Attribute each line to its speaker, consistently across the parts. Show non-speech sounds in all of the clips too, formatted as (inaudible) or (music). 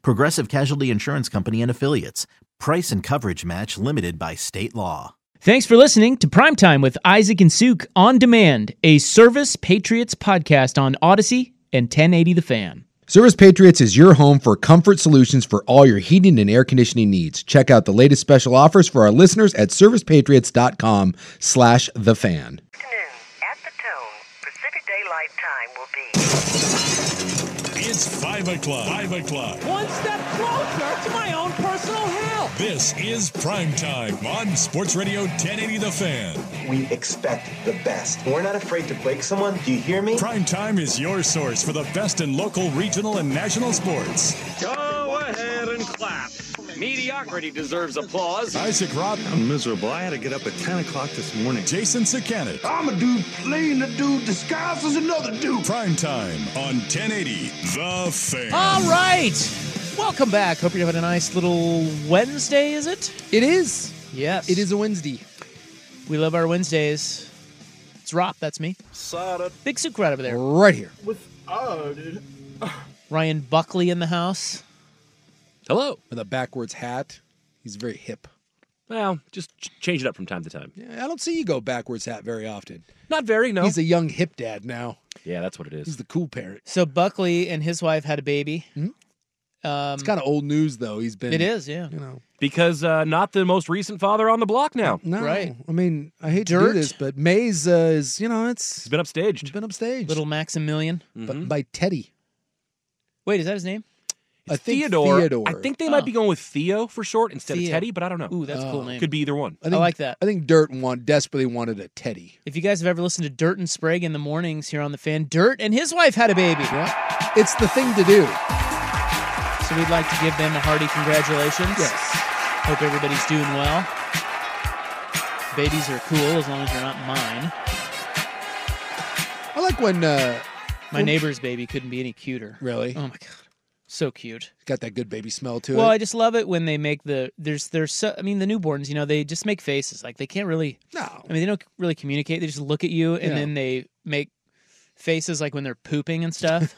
Speaker 1: Progressive Casualty Insurance Company and Affiliates. Price and coverage match limited by state law.
Speaker 2: Thanks for listening to Primetime with Isaac and Suk on demand, a Service Patriots podcast on Odyssey and 1080 The Fan.
Speaker 3: Service Patriots is your home for comfort solutions for all your heating and air conditioning needs. Check out the latest special offers for our listeners at servicepatriots.com slash the fan.
Speaker 4: afternoon, at the tone, Pacific Daylight Time will be.
Speaker 5: It's 5 o'clock. 5 o'clock.
Speaker 6: one step closer to my own personal hell.
Speaker 5: This is primetime on Sports Radio 1080 The Fan.
Speaker 7: We expect the best. We're not afraid to break someone. Do you hear me?
Speaker 5: Primetime is your source for the best in local, regional, and national sports.
Speaker 8: Go ahead and clap. Mediocrity deserves applause.
Speaker 5: Isaac Rob,
Speaker 9: I'm miserable. I had to get up at 10 o'clock this morning.
Speaker 5: Jason Sakanik.
Speaker 10: I'm a dude playing a dude disguised as another dude.
Speaker 5: Primetime on 1080 The Fan.
Speaker 2: All right. Welcome back. Hope you're having a nice little Wednesday, is it?
Speaker 11: It is.
Speaker 2: Yes.
Speaker 11: It is a Wednesday.
Speaker 2: We love our Wednesdays. It's Rop, that's me. Big Suk right over there.
Speaker 11: Right here.
Speaker 2: Ryan Buckley in the house.
Speaker 8: Hello.
Speaker 11: With a backwards hat. He's very hip.
Speaker 8: Well, just ch- change it up from time to time.
Speaker 11: Yeah, I don't see you go backwards hat very often.
Speaker 8: Not very, no.
Speaker 11: He's a young hip dad now.
Speaker 8: yeah, that's what it
Speaker 11: He's
Speaker 8: is.
Speaker 11: the cool parent.
Speaker 2: So Buckley and his wife had a baby.
Speaker 8: Hmm?
Speaker 2: Um,
Speaker 11: It's kind of old news though. He's been
Speaker 2: it is, yeah.
Speaker 11: you know.
Speaker 8: Because uh, not the most recent father on the block now.
Speaker 11: No.
Speaker 2: Right.
Speaker 11: I mean, I hate to
Speaker 2: Dirt.
Speaker 11: do this, but Mays uh, is, you know, it's
Speaker 8: He's been
Speaker 11: it's
Speaker 8: upstaged.
Speaker 11: been upstaged.
Speaker 2: Little Maximilian.
Speaker 3: Mm-hmm.
Speaker 11: but by Teddy.
Speaker 2: Wait, is that his name?
Speaker 11: I
Speaker 8: It's
Speaker 11: think
Speaker 8: Theodore.
Speaker 11: Theodore.
Speaker 8: I think they
Speaker 2: Oh.
Speaker 8: might be going with Theo for short instead of
Speaker 2: Theo.
Speaker 8: Teddy, but I don't know.
Speaker 2: Ooh, that's a cool name.
Speaker 8: Uh, Could be either one.
Speaker 2: I like that.
Speaker 11: I think Dirt want, desperately wanted a Teddy.
Speaker 2: If you guys have ever listened to Dirt and Sprague in the mornings here on the fan, Dirt and his wife had a baby.
Speaker 11: Yeah. It's the thing to do.
Speaker 2: So we'd like to give them a hearty congratulations.
Speaker 11: Yes.
Speaker 2: Hope everybody's doing well. Babies are cool as long as they're not mine.
Speaker 11: I like when uh
Speaker 2: My neighbor's baby couldn't be any cuter.
Speaker 11: really
Speaker 2: Oh my god. So cute.
Speaker 11: got that good baby smell to
Speaker 2: Well, I
Speaker 11: it.
Speaker 2: just love it when they make the there's there's so I mean the newborns, you know, they just make faces. Like they can't really
Speaker 11: No.
Speaker 2: I mean they don't really communicate. They just look at you and
Speaker 11: Yeah.
Speaker 2: then they make faces like when they're pooping and
Speaker 11: (laughs)
Speaker 2: stuff.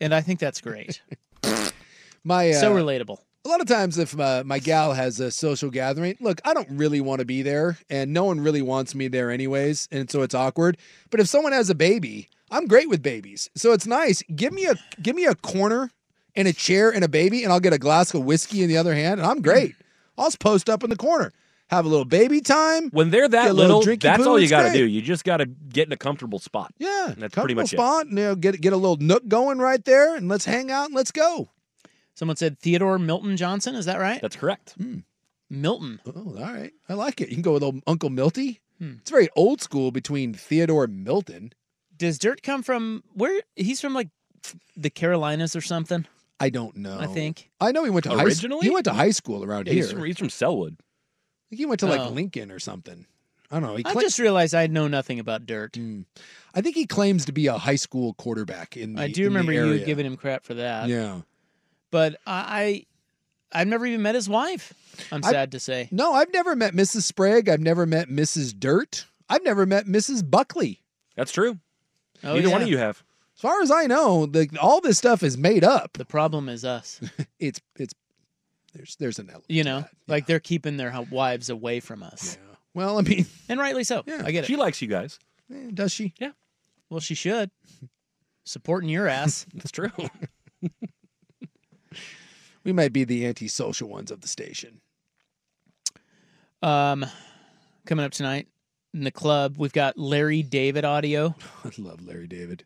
Speaker 2: and I think that's great.
Speaker 11: My uh,
Speaker 2: So relatable.
Speaker 11: a lot of times if uh, my, my gal has a social gathering look i don't really want to be there and no one really wants me there anyways and so it's awkward but if someone has a baby i'm great with babies so it's nice give me a give me a corner and a chair and a baby and i'll get a glass of whiskey in the other hand and i'm great i'll just post up in the corner have a little baby time
Speaker 8: When they're
Speaker 11: Get
Speaker 8: that
Speaker 11: a little
Speaker 8: little,
Speaker 11: drinky
Speaker 8: that's
Speaker 11: poo,
Speaker 8: all you
Speaker 11: it's
Speaker 8: got to
Speaker 11: great.
Speaker 8: do. You just got to get in a comfortable spot.
Speaker 11: yeah
Speaker 8: That's
Speaker 11: comfortable
Speaker 8: pretty much it.
Speaker 11: spot you know get get a little nook going right there and let's hang out and let's go
Speaker 2: Someone said Theodore Milton Johnson, is that right?
Speaker 8: That's correct.
Speaker 2: Milton.
Speaker 11: Oh, all right. I like it. You can go with old Uncle Milty.
Speaker 2: Hmm.
Speaker 11: It's very old school between Theodore and Milton.
Speaker 2: Does Dirt come from where he's from like the Carolinas or something?
Speaker 11: I don't know.
Speaker 2: I think.
Speaker 11: I know he went to high school.
Speaker 8: Originally?
Speaker 11: He went to high school around
Speaker 8: Yeah,
Speaker 11: here.
Speaker 8: he's, from, he's from Selwood.
Speaker 11: I think he went to like
Speaker 2: Oh.
Speaker 11: Lincoln or something. I don't know. He
Speaker 2: I
Speaker 11: cla-
Speaker 2: just realized I know nothing about Dirt.
Speaker 11: I think he claims to be a high school quarterback in the
Speaker 2: I do
Speaker 11: in the
Speaker 2: remember you
Speaker 11: area.
Speaker 2: giving him crap for that.
Speaker 11: Yeah.
Speaker 2: But I, I I've never even met his wife. I'm
Speaker 11: I-
Speaker 2: sad to say.
Speaker 11: No, I've never met Mrs. Sprague. I've never met Mrs. Dirt. I've never met Mrs. Buckley.
Speaker 8: That's true.
Speaker 2: Oh,
Speaker 8: Neither one
Speaker 2: yeah.
Speaker 8: of you have.
Speaker 11: As far as I know, the, all this stuff is made up.
Speaker 2: The problem is us.
Speaker 11: It's it's there's there's an element.
Speaker 2: You
Speaker 11: to (laughs)
Speaker 2: know,
Speaker 11: that.
Speaker 2: like they're keeping their hu- wives away from us,
Speaker 11: Yeah. Well, I mean, (laughs)
Speaker 2: and rightly so.
Speaker 11: Yeah.
Speaker 2: I get it.
Speaker 8: She likes you guys.
Speaker 11: eh, does she?
Speaker 2: well, she should. Supporting your ass. (laughs)
Speaker 8: That's true.
Speaker 11: We might be the antisocial ones of the station.
Speaker 2: Um, coming up tonight in the club, we've got Larry David audio.
Speaker 11: (laughs) I love Larry David.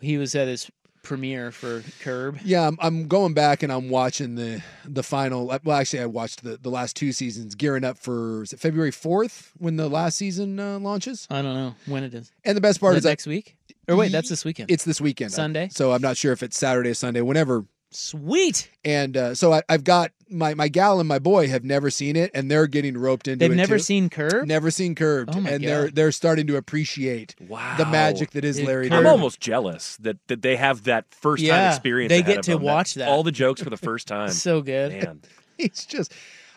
Speaker 2: He was at his premiere for Curb.
Speaker 11: Yeah, I'm, I'm going back and I'm watching the the final. uh, Well, actually, I watched the, the last two seasons, gearing up for is it February 4th when the last season uh, launches.
Speaker 2: I don't know when it is.
Speaker 11: And the best part
Speaker 2: Is
Speaker 11: is
Speaker 2: that
Speaker 11: that-
Speaker 2: next week? Or wait, that's this weekend.
Speaker 11: It's this weekend,
Speaker 2: Sunday?
Speaker 11: So I'm not sure if it's Saturday or Sunday, whenever
Speaker 2: Sweet.
Speaker 11: and uh, so I, I've got my my gal and my boy have never seen it, and they're getting roped into
Speaker 2: They've
Speaker 11: it.
Speaker 2: never
Speaker 11: too.
Speaker 2: seen Curb.
Speaker 11: never seen curved,
Speaker 2: Oh my
Speaker 11: and they're
Speaker 2: God.
Speaker 11: they're starting to appreciate
Speaker 12: Wow.
Speaker 11: the magic that is
Speaker 2: Dude,
Speaker 11: Larry.
Speaker 12: I'm
Speaker 11: David. (laughs)
Speaker 12: almost jealous that, that they have that first
Speaker 2: Yeah,
Speaker 12: time experience.
Speaker 2: they
Speaker 12: ahead
Speaker 2: get
Speaker 12: of
Speaker 2: to
Speaker 12: them,
Speaker 2: watch that.
Speaker 12: All the jokes for
Speaker 2: (laughs)
Speaker 12: the first time.
Speaker 2: So uh, good.
Speaker 12: Man.
Speaker 11: It's just.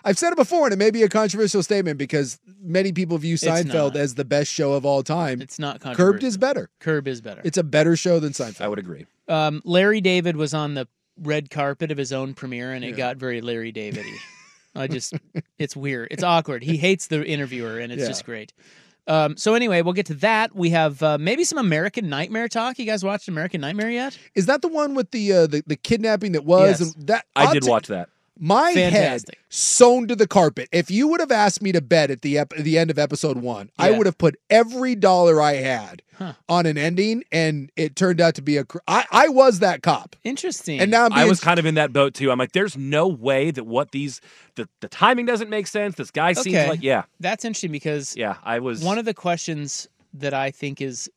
Speaker 11: I've said it before, and it may be a controversial statement because many people view
Speaker 2: It's
Speaker 11: Seinfeld
Speaker 2: not.
Speaker 11: as the best show of all time.
Speaker 2: It's not controversial.
Speaker 11: Curbed is better.
Speaker 2: Curb is better.
Speaker 11: It's a better show than Seinfeld.
Speaker 12: I would agree.
Speaker 2: Um, Larry David was on the red carpet of his own premiere, and it
Speaker 11: Yeah.
Speaker 2: got very Larry David-y.
Speaker 11: (laughs)
Speaker 2: I just, it's weird. It's awkward. He hates the interviewer, and it's
Speaker 11: Yeah.
Speaker 2: just great. Um, so anyway, we'll get to that. We have uh, maybe some American Nightmare talk. You guys watched American Nightmare yet?
Speaker 11: Is that the one with the uh, the, the kidnapping that was?
Speaker 2: Yes.
Speaker 11: And that
Speaker 12: I did
Speaker 11: I'll
Speaker 12: watch that.
Speaker 11: My
Speaker 2: Fantastic.
Speaker 11: head sewn to the carpet. If you would have asked me to bet at the ep- the end of episode one, I
Speaker 2: Yeah.
Speaker 11: would have put every dollar I had
Speaker 2: Huh.
Speaker 11: on an ending, and it turned out to be a. Cr- I I was that cop,
Speaker 2: Interesting.
Speaker 11: and now I'm
Speaker 12: I
Speaker 11: being,
Speaker 12: was kind of in that boat too. I'm like, there's no way that what these the, the timing doesn't make sense. This guy seems
Speaker 2: Okay.
Speaker 12: like yeah,
Speaker 2: that's interesting because
Speaker 12: yeah. I was
Speaker 2: one of the questions that I think is,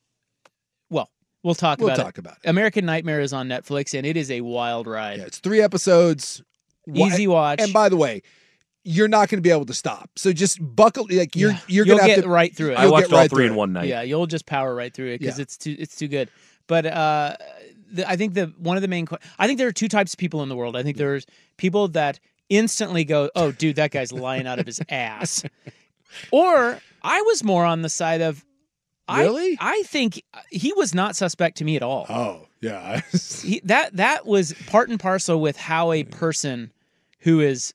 Speaker 2: well, we'll talk
Speaker 11: We'll
Speaker 2: about it.
Speaker 11: talk about it.
Speaker 2: American Nightmare is on Netflix, and it is a wild ride.
Speaker 11: Yeah, it's three episodes. Wha-
Speaker 2: Easy watch.
Speaker 11: And by the way, you're not going to be able to stop. So just buckle. Like you're
Speaker 2: Yeah.
Speaker 11: you're
Speaker 2: You'll
Speaker 11: going to have
Speaker 2: get
Speaker 11: to.
Speaker 2: right through it.
Speaker 12: I
Speaker 11: you'll
Speaker 12: watched
Speaker 11: get
Speaker 12: all
Speaker 11: right
Speaker 12: three
Speaker 11: through
Speaker 12: in
Speaker 11: it.
Speaker 12: one night.
Speaker 2: Yeah, you'll just power right through it because
Speaker 11: Yeah.
Speaker 2: it's too it's too good. But uh, the, I think the one of the main que- I think there are two types of people in the world. I think there's people that instantly go, "Oh, dude, that guy's lying out of his
Speaker 11: (laughs)
Speaker 2: ass," or I was more on the side of, I,
Speaker 11: Really?
Speaker 2: I think he was not suspect to me at all.
Speaker 11: Oh yeah. (laughs)
Speaker 2: He, that that was part and parcel with how
Speaker 11: Mm.
Speaker 2: a person who is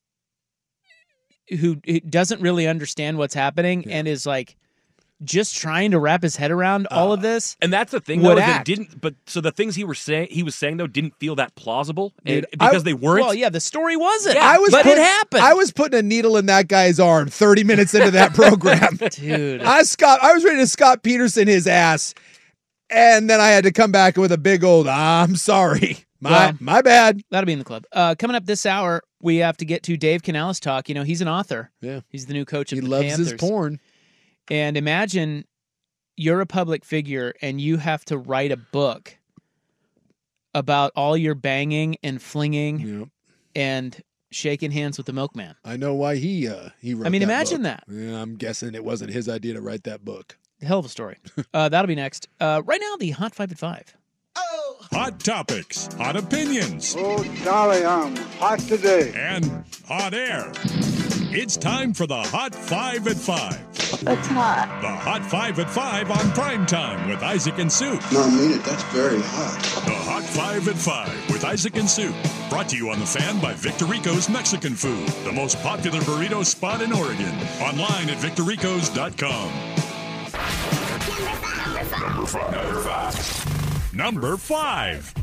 Speaker 2: who who doesn't really understand what's happening and is like just trying to wrap his head around
Speaker 11: Uh,
Speaker 2: all of this.
Speaker 12: And that's the thing,
Speaker 2: would
Speaker 12: though, is it
Speaker 2: act.
Speaker 12: didn't. But so the things he were saying, he was saying though, didn't feel that plausible, and,
Speaker 11: Dude, I-
Speaker 12: because they weren't.
Speaker 2: Well, yeah, the story wasn't.
Speaker 11: I was
Speaker 2: but
Speaker 11: putting,
Speaker 2: it happened.
Speaker 11: I was putting a needle in that guy's arm 30 minutes into that
Speaker 2: (laughs)
Speaker 11: program.
Speaker 2: dude.
Speaker 11: (laughs) I Scott, I was ready to Scott Peterson his ass, and then I had to come back with a big old "Ah, "I'm sorry, my
Speaker 2: Well-
Speaker 11: my bad."
Speaker 2: That'll be in the club. Uh, coming up this hour, we have to get to Dave Canales talk. You know, he's an author.
Speaker 11: Yeah.
Speaker 2: He's the new coach of
Speaker 11: He
Speaker 2: the
Speaker 11: loves
Speaker 2: Panthers.
Speaker 11: his porn.
Speaker 2: And imagine you're a public figure and you have to write a book about all your banging and flinging
Speaker 11: Yeah,
Speaker 2: and shaking hands with the milkman.
Speaker 11: I know why he uh he wrote.
Speaker 2: I mean,
Speaker 11: that
Speaker 2: imagine
Speaker 11: book.
Speaker 2: that.
Speaker 11: Yeah, I'm guessing it wasn't his idea to write that book.
Speaker 2: Hell of a story. (laughs) uh, that'll be next. Uh, right now, the Hot Five at Five.
Speaker 5: Hot topics, hot opinions,
Speaker 10: Oh, golly, I'm hot today.
Speaker 5: and hot air. It's time for the Hot Five at Five.
Speaker 13: That's hot.
Speaker 5: The Hot Five at Five on prime time with Isaac and Sue.
Speaker 10: No, I mean it. That's very hot.
Speaker 5: The Hot Five at Five with Isaac and Sue. Brought to you on the fan by Victorico's Mexican Food, the most popular burrito spot in Oregon. Online at victorico's.com. Number five. Number five. Number five.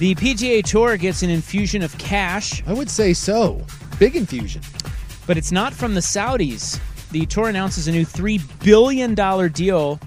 Speaker 2: The PGA Tour gets an infusion of cash,
Speaker 11: I would say so. Big infusion.
Speaker 2: but it's not from the Saudis. The tour announces a new $3 billion deal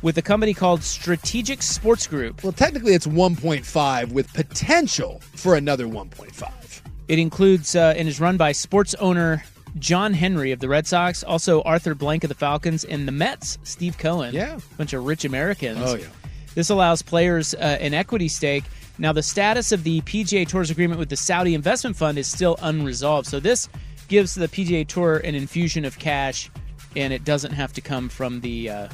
Speaker 2: with a company called Strategic Sports Group.
Speaker 11: Well, technically, it's 1.5 with potential for another 1.5.
Speaker 2: It includes uh, and is run by sports owner John Henry of the Red Sox, also Arthur Blank of the Falcons, and the Mets, Steve Cohen.
Speaker 11: Yeah.
Speaker 2: bunch of rich Americans.
Speaker 11: Oh, yeah.
Speaker 2: This allows players uh, an equity stake. Now, the status of the PGA Tour's agreement with the Saudi Investment Fund is still unresolved. So, this gives the PGA Tour an infusion of cash, and it doesn't have to come from the, uh,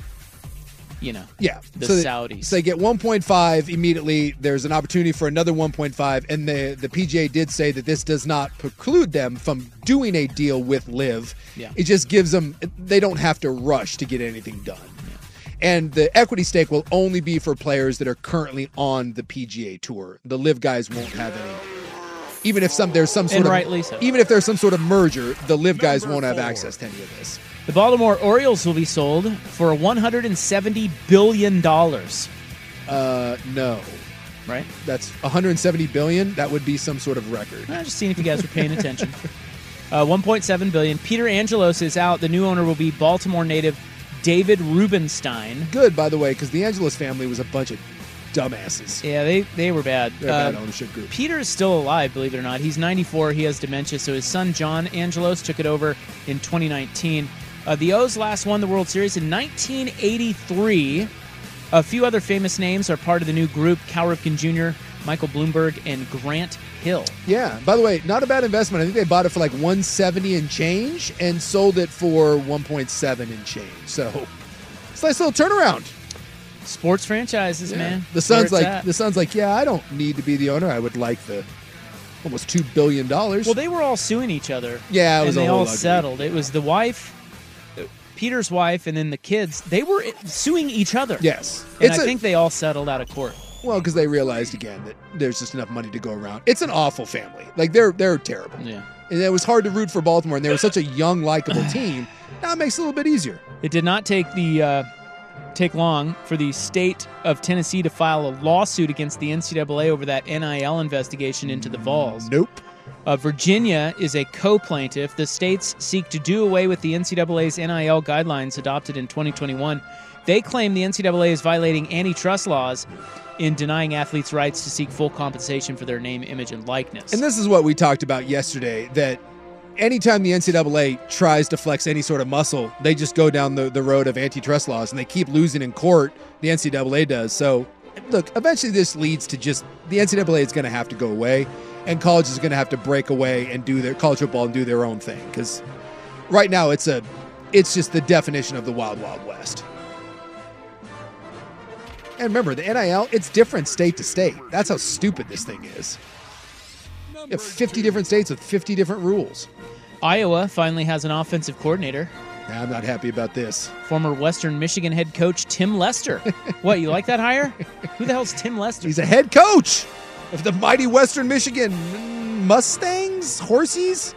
Speaker 2: you know,
Speaker 11: Yeah,
Speaker 2: the
Speaker 11: so they-
Speaker 2: Saudis.
Speaker 11: So they get 1.5 immediately. There's an opportunity for another 1.5, and the the PGA did say that this does not preclude them from doing a deal with Live.
Speaker 2: Yeah.
Speaker 11: it just gives them they don't have to rush to get anything done. And the equity stake will only be for players that are currently on the PGA Tour. The Live guys won't have any. Even if some there's some sort of
Speaker 2: rightly so.
Speaker 11: even if there's some sort of merger, the Live guys won't have access to any of this.
Speaker 2: The Baltimore Orioles will be sold for $170 billion, right?
Speaker 11: Uh, no. That's 170 billion. That would be some sort of record.
Speaker 2: Uh, I was just seeing if you guys were paying attention. uh, 1.7 billion. Peter Angelos is out. The new owner will be Baltimore native David Rubenstein.
Speaker 11: Good, by the way, because the Angelos family was a bunch of dumbasses.
Speaker 2: Yeah, they they were bad. Uh,
Speaker 11: They're a bad ownership group.
Speaker 2: Peter is still alive, believe it or not. He's 94. He has dementia, so his son John Angelos took it over in 2019. Uh, the O's last won the World Series in 1983. A few other famous names are part of the new group: Cal Ripken Jr., Michael Bloomberg, and Grant Hill.
Speaker 11: Yeah. By the way, not a bad investment. I think they bought it for like 170 and change and sold it for 1.7 and change. So it's a nice little turnaround.
Speaker 2: Sports franchises, man.
Speaker 11: The son's
Speaker 2: Where
Speaker 11: like
Speaker 2: it's at.
Speaker 11: the son's like, yeah, I don't need to be the owner. I would like the almost two billion dollars.
Speaker 2: Well, they were all suing each other.
Speaker 11: Yeah, it was
Speaker 2: and
Speaker 11: a
Speaker 2: they
Speaker 11: whole
Speaker 2: all
Speaker 11: ugly-
Speaker 2: settled. It was the wife, uh, Peter's wife, and then the kids. They were suing each other.
Speaker 11: Yes.
Speaker 2: and
Speaker 11: It's
Speaker 2: I
Speaker 11: a-
Speaker 2: think they all settled out of court.
Speaker 11: Well, because they realized again that there's just enough money to go around. It's an awful family. Like they're they're terrible.
Speaker 2: Yeah.
Speaker 11: And it was hard to root for Baltimore, and they were such a young, likable team. Now it makes it a little bit easier.
Speaker 2: It did not take the uh, take long for the state of Tennessee to file a lawsuit against the NCAA over that NIL investigation into the Vols.
Speaker 11: Nope.
Speaker 2: Uh, Virginia is a co-plaintiff. The states seek to do away with the NCAA's NIL guidelines adopted in 2021. They claim the NCAA is violating antitrust laws in denying athletes rights to seek full compensation for their name, image, and likeness.
Speaker 11: And this is what we talked about yesterday that anytime the NCAA tries to flex any sort of muscle, they just go down the, the road of antitrust laws and they keep losing in court. The NCAA does. So, look, eventually this leads to just the NCAA is going to have to go away and colleges are going to have to break away and do their college football and do their own thing because right now it's a it's just the definition of the wild wild west and remember the nil it's different state to state that's how stupid this thing is you have 50 different states with 50 different rules
Speaker 2: Iowa finally has an offensive coordinator.
Speaker 11: Nah, i'm not happy about this
Speaker 2: Former Western Michigan head coach Tim Lester. what, you like that hire? Who the hell's Tim Lester?
Speaker 11: he's a head coach of the mighty western michigan mustangs horsies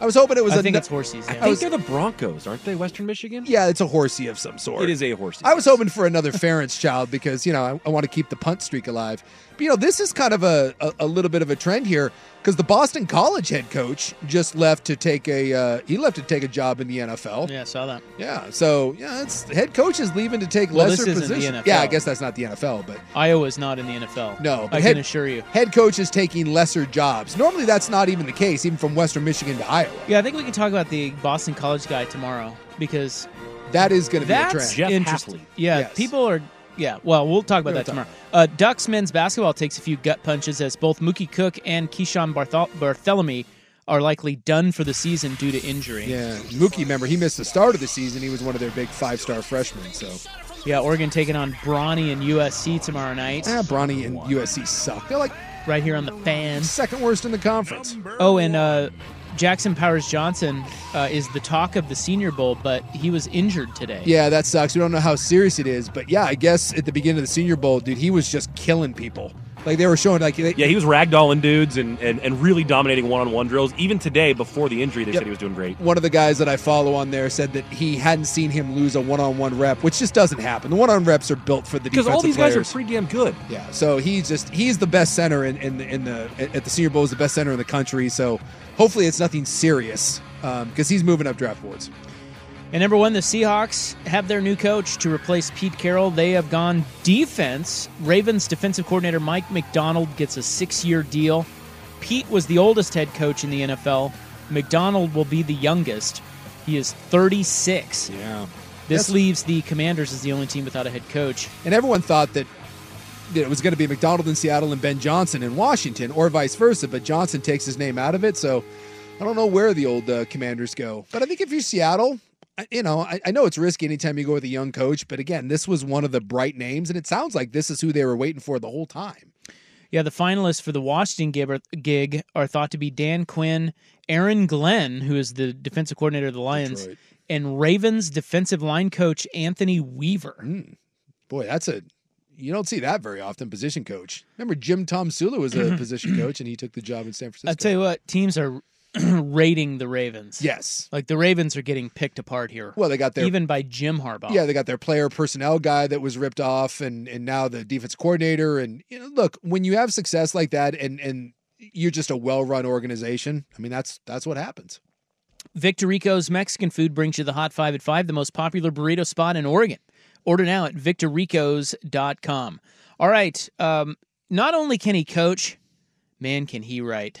Speaker 11: i was hoping it was
Speaker 2: I
Speaker 11: a
Speaker 2: think
Speaker 11: nu-
Speaker 2: it's horses.
Speaker 12: I
Speaker 2: Yeah.
Speaker 12: think they're the Broncos, aren't they? Western Michigan.
Speaker 11: yeah it's a horsey of some sort
Speaker 12: It is a horse.
Speaker 11: I was hoping for another Ferentz child because you know I, I want to keep the punt streak alive. But you know this is kind of a a, a little bit of a trend here because the Boston College head coach just left to take a uh, he left to take a job in the NFL.
Speaker 2: yeah, I saw that.
Speaker 11: Yeah, so yeah, it's the head coach is leaving to take
Speaker 2: Well, this
Speaker 11: lesser
Speaker 2: isn't the
Speaker 11: positions.
Speaker 2: NFL.
Speaker 11: Yeah, I guess that's not the NFL, but
Speaker 2: Iowa's not in the NFL.
Speaker 11: No, but
Speaker 2: I
Speaker 11: head-
Speaker 2: can assure you.
Speaker 11: head coach is taking lesser jobs. Normally that's not even the case, even from Western Michigan to Iowa.
Speaker 2: Yeah, I think we can talk about the Boston College guy tomorrow because
Speaker 11: That is going to be a
Speaker 2: that's
Speaker 11: trend.
Speaker 12: Jeff
Speaker 2: interesting.
Speaker 12: Hafley.
Speaker 2: Yeah,
Speaker 11: Yes.
Speaker 2: people are. Yeah, well, we'll talk about that
Speaker 11: We'll talk
Speaker 2: tomorrow. Uh, Ducks men's basketball takes a few gut punches as both Mookie Cook and Keyshawn Barthol- Barthélemy are likely done for the season due to injury.
Speaker 11: Yeah, Mookie, remember he missed the start of the season. He was one of their big five-star freshmen. So
Speaker 2: Yeah, Oregon taking on Brawny and USC tomorrow night,
Speaker 11: ah, Bronny and USC suck. They're like
Speaker 2: right here on the fan.
Speaker 11: second worst in the conference.
Speaker 2: Oh, and uh, Jackson Powers Johnson uh, is the talk of the Senior Bowl, but he was injured today.
Speaker 11: Yeah, that sucks. We don't know how serious it is, but yeah, I guess at the beginning of the Senior Bowl, dude, he was just killing people. Like they were showing, like they,
Speaker 12: Yeah, he was ragdolling dudes and, and, and really dominating one on one drills. Even today, before the injury, they
Speaker 11: Yep.
Speaker 12: said he was doing great.
Speaker 11: one of the guys that I follow on there said that he hadn't seen him lose a one-on-one rep, which just doesn't happen. The one-on reps are built for the
Speaker 12: Because
Speaker 11: defensive
Speaker 12: all these guys
Speaker 11: players.
Speaker 12: are pretty damn good.
Speaker 11: yeah, so he's just he's the best center in, in the in the at the Senior Bowl is the best center in the country. So hopefully it's nothing serious because he's moving up draft boards.
Speaker 2: And number one, the Seahawks have their new coach to replace Pete Carroll. They have gone defense. Ravens defensive coordinator Mike McDonald gets a six year deal. Pete was the oldest head coach in the NFL. McDonald will be the youngest. He is 36.
Speaker 11: Yeah.
Speaker 2: This
Speaker 11: That's-
Speaker 2: leaves the Commanders as the only team without a head coach.
Speaker 11: And everyone thought that that it was going to be McDonald in Seattle and Ben Johnson in Washington, or vice versa. But Johnson takes his name out of it, so I don't know where the old uh, Commanders go. But I think if you're Seattle, I- you know, I, I know it's risky anytime you go with a young coach. But again, this was one of the bright names, and it sounds like this is who they were waiting for the whole time.
Speaker 2: Yeah, the finalists for the Washington gig are, gig are thought to be Dan Quinn, Aaron Glenn, who is the defensive coordinator of the Lions,
Speaker 11: Detroit.
Speaker 2: and Ravens defensive line coach Anthony Weaver.
Speaker 11: Boy, that's a you don't see that very often. Position coach. Remember, Jim Tom Sula was a position coach, and he took the job in San Francisco.
Speaker 2: I Mm-hmm. tell you what, teams are (clears throat) rating the Ravens.
Speaker 11: yes.
Speaker 2: like the Ravens are getting picked apart here.
Speaker 11: Well, they got their
Speaker 2: even by Jim Harbaugh.
Speaker 11: Yeah, they got their player personnel guy that was ripped off, and and now the defense coordinator. And you know, look, when you have success like that, and and you're just a well run organization, I mean that's that's what happens.
Speaker 2: Victorico's Mexican Food brings you the Hot 5 at 5, the most popular burrito spot in Oregon. Order now at victorico's.com. All right. Um, not only can he coach, man, can he write.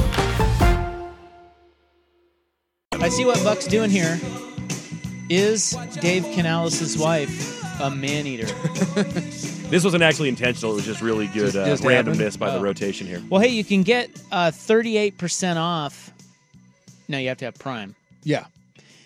Speaker 2: I see what Buck's doing here. Is Dave Canales' wife a man eater?
Speaker 12: This wasn't actually intentional. It was just really good
Speaker 2: Just-
Speaker 12: uh,
Speaker 2: just happened?
Speaker 12: randomness by
Speaker 2: Oh.
Speaker 12: the rotation here.
Speaker 2: well, hey, you can get uh, 38% off. No, you have to have Prime.
Speaker 11: Yeah.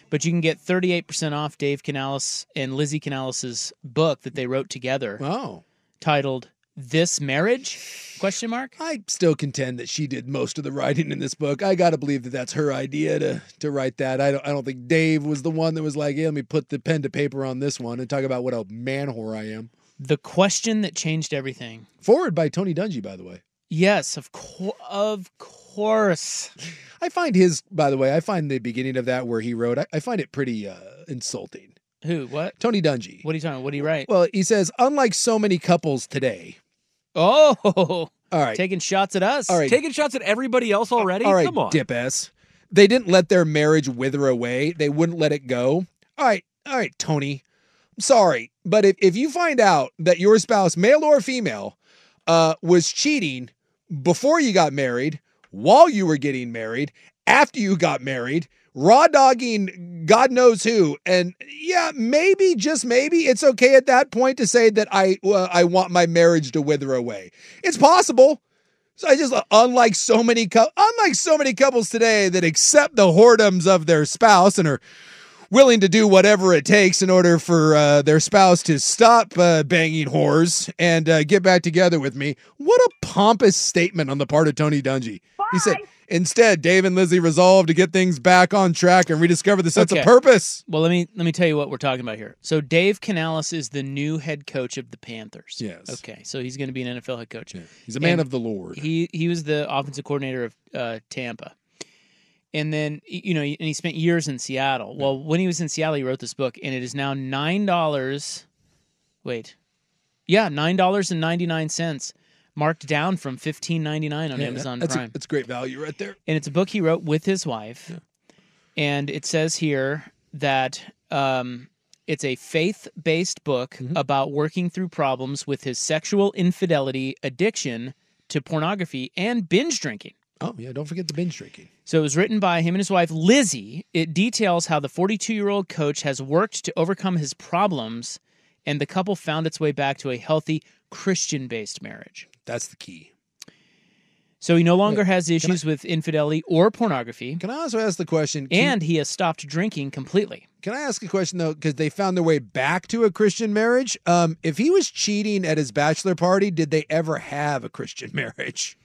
Speaker 2: But you can get 38% off Dave Canales and Lizzie Canales' book that they wrote together.
Speaker 11: Oh.
Speaker 2: Titled This Marriage? Question mark?
Speaker 11: I still contend that she did most of the writing in this book. I gotta believe that that's her idea to to write that. I don't I don't think Dave was the one that was like, "Yeah, let me put the pen to paper on this one and talk about what a man whore I am."
Speaker 2: The question that changed everything.
Speaker 11: Forward by Tony Dungy, by the way.
Speaker 2: Yes, of course. Of course.
Speaker 11: I find his, by the way, I find the beginning of that where he wrote, I, I find it pretty uh, insulting.
Speaker 2: Who? What?
Speaker 11: Tony Dungy.
Speaker 2: What are you talking about? What do you write?
Speaker 11: Well, he says, unlike so many couples today.
Speaker 2: Oh, (laughs) all
Speaker 11: right.
Speaker 2: Taking shots at us.
Speaker 11: All right.
Speaker 12: Taking shots at everybody else already?
Speaker 11: All right,
Speaker 12: Come on.
Speaker 11: dip ass. They didn't let their marriage wither away. They wouldn't let it go. All right, all right, Tony. I'm sorry, but if, if you find out that your spouse, male or female, uh, was cheating before you got married, while you were getting married, after you got married, raw dogging God knows who, and yeah, maybe just maybe it's okay at that point to say that I uh, I want my marriage to wither away. It's possible. So I just unlike so many cou- unlike so many couples today that accept the whoredoms of their spouse and are willing to do whatever it takes in order for uh, their spouse to stop uh, banging whores and uh, get back together with me. What a pompous statement on the part of Tony Dungy. He said, "Instead, Dave and Lizzie resolved to get things back on track and rediscover the sense
Speaker 2: Okay.
Speaker 11: of purpose."
Speaker 2: Well, let me let me tell you what we're talking about here. So Dave Canales is the new head coach of the Panthers.
Speaker 11: Yes.
Speaker 2: Okay. So he's going to be an NFL head coach.
Speaker 11: He's a man
Speaker 2: And
Speaker 11: of the Lord.
Speaker 2: He he was the offensive coordinator of uh, Tampa, and then y- you know, and he spent years in Seattle. Well, when he was in Seattle, he wrote this book, and it is now nine dollars. Wait, yeah, nine dollars and ninety nine cents, marked down from fifteen ninety nine on
Speaker 11: Yeah,
Speaker 2: Amazon
Speaker 11: that's a-
Speaker 2: Prime
Speaker 11: that's great value right there.
Speaker 2: and it's a book he wrote with his wife. And it says here that um, it's a faith based book about working through problems with his sexual infidelity, addiction to pornography, and binge drinking.
Speaker 11: Oh yeah, don't forget the binge drinking.
Speaker 2: So it was written by him and his wife, Lizzie. It details how the 42 year old coach has worked to overcome his problems, and the couple found its way back to a healthy Christian based marriage.
Speaker 11: That's the key.
Speaker 2: So he no longer has issues with infidelity or pornography.
Speaker 11: Can I also ask the question? can-
Speaker 2: And he has stopped drinking completely.
Speaker 11: Can I ask a question though? Because they found their way back to a Christian marriage. Um, if he was cheating at his bachelor party, did they ever have a Christian (laughs) marriage?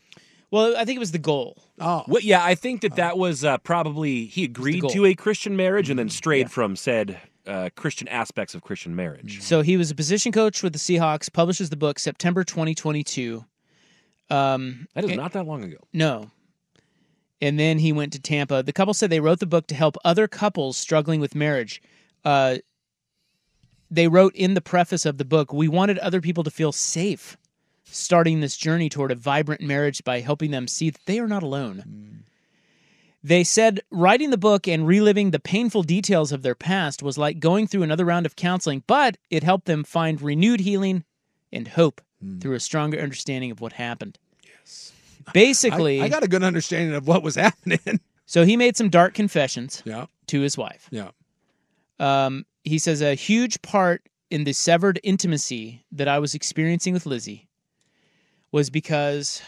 Speaker 2: Well, I think it was the goal.
Speaker 11: Oh,
Speaker 12: Well, yeah, I think that that was uh, probably he agreed
Speaker 2: goal.
Speaker 12: to a Christian marriage and then strayed from said uh, Christian aspects of Christian marriage.
Speaker 2: So he was a position coach with the Seahawks, publishes the book September 2022. Um,
Speaker 12: That is
Speaker 2: and-
Speaker 12: not that long ago.
Speaker 2: No. And then he went to Tampa. The couple said they wrote the book to help other couples struggling with marriage. Uh, they wrote in the preface of the book, We wanted other people to feel safe starting this journey toward a vibrant marriage by helping them see that they are not alone.
Speaker 11: Mm.
Speaker 2: They said writing the book and reliving the painful details of their past was like going through another round of counseling, but it helped them find renewed healing and hope
Speaker 11: Mm.
Speaker 2: through a stronger understanding of what happened. Yes. Basically,
Speaker 11: I, I got a good understanding of what was (laughs) happening.
Speaker 2: so he made some dark confessions
Speaker 11: yeah,
Speaker 2: to his wife.
Speaker 11: yeah.
Speaker 2: Um, he says a huge part in the severed intimacy that I was experiencing with Lizzie was because,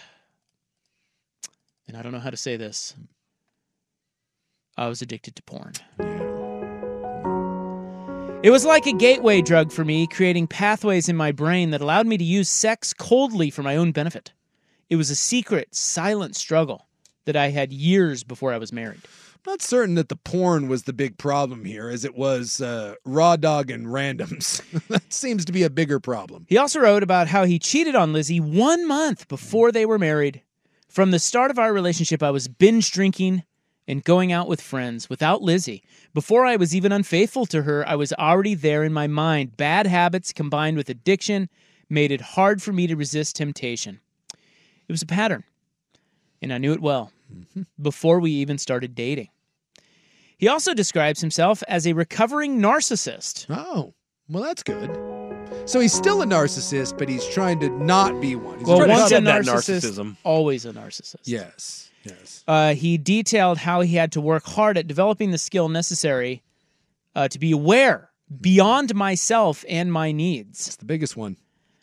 Speaker 2: and I don't know how to say this, I was addicted to porn. It was like a gateway drug for me, creating pathways in my brain that allowed me to use sex coldly for my own benefit. It was a secret, silent struggle that I had years before I was married.
Speaker 11: I'm not certain that the porn was the big problem here, as it was uh, raw dog and randoms. (laughs) that seems to be a bigger problem.
Speaker 2: He also wrote about how he cheated on Lizzie one month before they were married. From the start of our relationship, I was binge drinking and going out with friends without Lizzie. Before I was even unfaithful to her, I was already there in my mind. Bad habits combined with addiction made it hard for me to resist temptation. It was a pattern, and I knew it well before we even started dating. He also describes himself as a recovering narcissist.
Speaker 11: Oh, well, that's good. So he's still a narcissist, but he's trying to not be one. He's
Speaker 2: Well,
Speaker 11: trying to
Speaker 2: once a
Speaker 12: shed that
Speaker 2: narcissist,
Speaker 12: narcissism.
Speaker 2: always a narcissist.
Speaker 11: Yes. Yes.
Speaker 2: Uh, he detailed how he had to work hard at developing the skill necessary uh, to be aware beyond myself and my needs.
Speaker 11: It's the biggest one.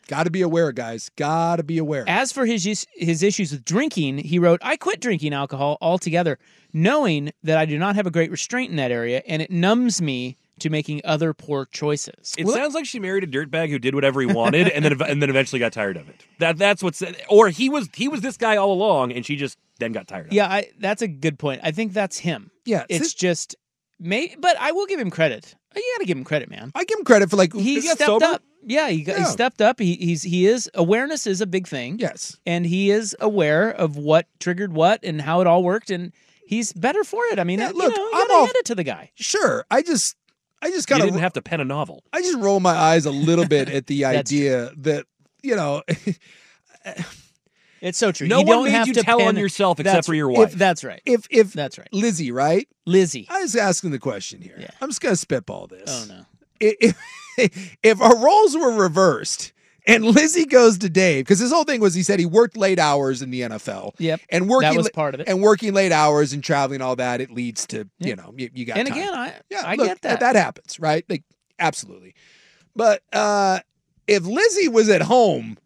Speaker 11: Got to be aware, guys. Got to be aware.
Speaker 2: As for his is- his issues with drinking, he wrote, "I quit drinking alcohol altogether, knowing that I do not have a great restraint in that area, and it numbs me to making other poor choices."
Speaker 12: It sounds like she married a dirtbag who did whatever he wanted, and then and then eventually got tired of it. That that's what's or he was he was this guy all along, and she just then got tired. of
Speaker 2: Yeah, I, that's a good point. I think that's him.
Speaker 11: Yeah,
Speaker 2: it's
Speaker 11: this-
Speaker 2: just, may, but I will give him credit. You got to give him credit, man.
Speaker 11: I give him credit for like
Speaker 2: he
Speaker 11: is that
Speaker 2: stepped
Speaker 11: sober?
Speaker 2: up. Yeah, he got, he
Speaker 11: Yeah.
Speaker 2: stepped up. He, he's he is awareness is a big thing.
Speaker 11: Yes.
Speaker 2: and he is aware of what triggered what and how it all worked, and he's better for it. I mean,
Speaker 11: Yeah,
Speaker 2: that-
Speaker 11: look,
Speaker 2: you know, you
Speaker 11: I'm
Speaker 2: gotta
Speaker 11: all-
Speaker 2: hand it to the guy.
Speaker 11: Sure. I just I just
Speaker 12: it. You
Speaker 11: kind
Speaker 12: didn't
Speaker 11: of
Speaker 12: have to pen a novel.
Speaker 11: I just roll my eyes a little
Speaker 2: (laughs)
Speaker 11: bit at the
Speaker 2: That's true.
Speaker 11: idea that you know
Speaker 2: It's so true.
Speaker 12: No
Speaker 2: you
Speaker 12: one
Speaker 2: don't
Speaker 12: made
Speaker 2: have
Speaker 12: you
Speaker 2: to
Speaker 12: tell
Speaker 2: pen-
Speaker 12: on yourself except
Speaker 2: That's-
Speaker 12: for your wife.
Speaker 2: If, that's right.
Speaker 11: if if
Speaker 2: That's right.
Speaker 11: Lizzie, right?
Speaker 2: Lizzie.
Speaker 11: I was asking the question here.
Speaker 2: Yeah.
Speaker 11: I'm just going to spitball this.
Speaker 2: Oh no.
Speaker 11: if, if, (laughs) if our roles were reversed and Lizzie goes to Dave, because his whole thing was he said he worked late hours in the NFL.
Speaker 2: Yep.
Speaker 11: And working
Speaker 2: That was
Speaker 11: la-
Speaker 2: part of it.
Speaker 11: And working late hours and traveling all that, it leads to,
Speaker 2: Yeah.
Speaker 11: you know, you, you got
Speaker 2: And
Speaker 11: time.
Speaker 2: again, I
Speaker 11: yeah,
Speaker 2: I
Speaker 11: look,
Speaker 2: get that.
Speaker 11: That happens, right? Like, absolutely. But uh if Lizzie was at home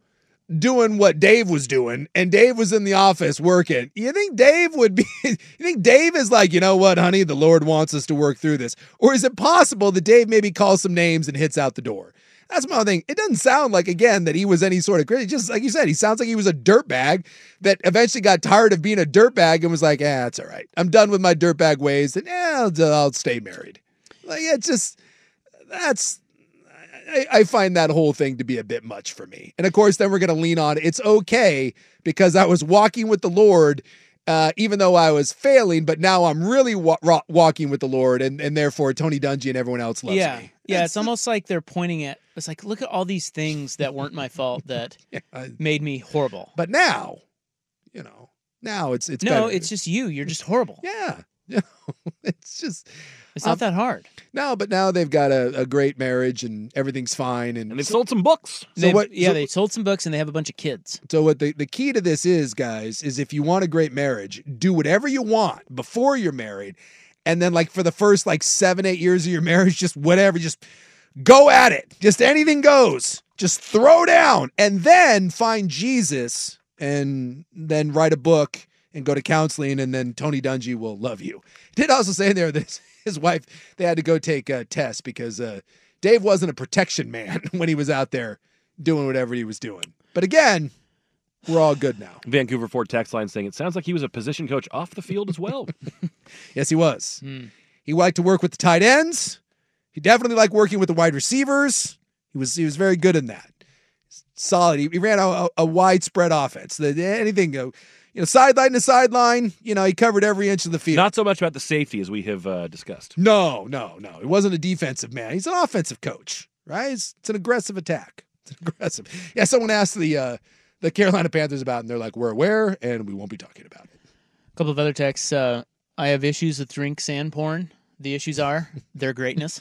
Speaker 11: doing what Dave was doing and Dave was in the office working, you think Dave would be (laughs) you think Dave is like, you know what, honey, the Lord wants us to work through this? Or is it possible that Dave maybe calls some names and hits out the door? That's my thing. It doesn't sound like again that he was any sort of critic. Just like you said, he sounds like he was a dirtbag that eventually got tired of being a dirtbag and was like, "Ah, that's all right. I'm done with my dirtbag ways, and eh, I'll, I'll stay married." Like it's just that's I, I find that whole thing to be a bit much for me. And of course, then we're going to lean on it's okay because I was walking with the Lord, uh, even though I was failing, but now I'm really wa- ro- walking with the Lord, and, and therefore Tony Dungy and everyone else loves
Speaker 2: yeah,
Speaker 11: me.
Speaker 2: yeah. It's almost like they're pointing at. It's like, look at all these things that weren't my
Speaker 11: (laughs)
Speaker 2: fault that
Speaker 11: I-
Speaker 2: made me horrible.
Speaker 11: but now, you know, now it's it's
Speaker 2: no,
Speaker 11: better.
Speaker 2: it's just you. You're just horrible.
Speaker 11: yeah, (laughs) yeah. it's just
Speaker 2: It's not
Speaker 11: Um,
Speaker 2: that hard.
Speaker 11: no, but now they've got a, a great marriage and everything's fine, and,
Speaker 12: And they've sold some books.
Speaker 11: so
Speaker 2: They-
Speaker 11: what?
Speaker 2: Yeah,
Speaker 11: so-
Speaker 2: they sold some books and they have a bunch of kids.
Speaker 11: So what the, the key to this is, guys, is if you want a great marriage, do whatever you want before you're married. And then like for the first like seven, eight years of your (laughs) marriage, just whatever, just go at it. Just anything goes. Just throw down. And then find Jesus and then write a book and go to counseling, and then Tony Dungy will love you. (laughs) Did also say in there that (laughs) his wife they had to go take uh, tests because uh, Dave wasn't a protection man (laughs) when he was out there doing whatever he was doing. But again, we're all good now.
Speaker 12: Vancouver Ford text line saying it sounds like he was a position coach off the field as (laughs) well.
Speaker 11: yes, he was. Hmm. He liked to work with the tight ends. He definitely liked working with the wide receivers. He was he was very good in that. Solid. He, he ran a, a, widespread offense. The, anything, you know, sideline to sideline. You know, he covered every inch of the field.
Speaker 12: Not so much about the safety as we have uh, discussed.
Speaker 11: No, no, no. He wasn't a defensive man. He's an offensive coach, right? It's, it's an aggressive attack. It's aggressive. Yeah. Someone asked the. Uh, the Carolina Panthers about, and they're like, we're aware, and we won't be talking about it.
Speaker 2: A couple of other texts. Uh, I have issues with drink sand porn. The issues are their
Speaker 11: (laughs)
Speaker 2: greatness.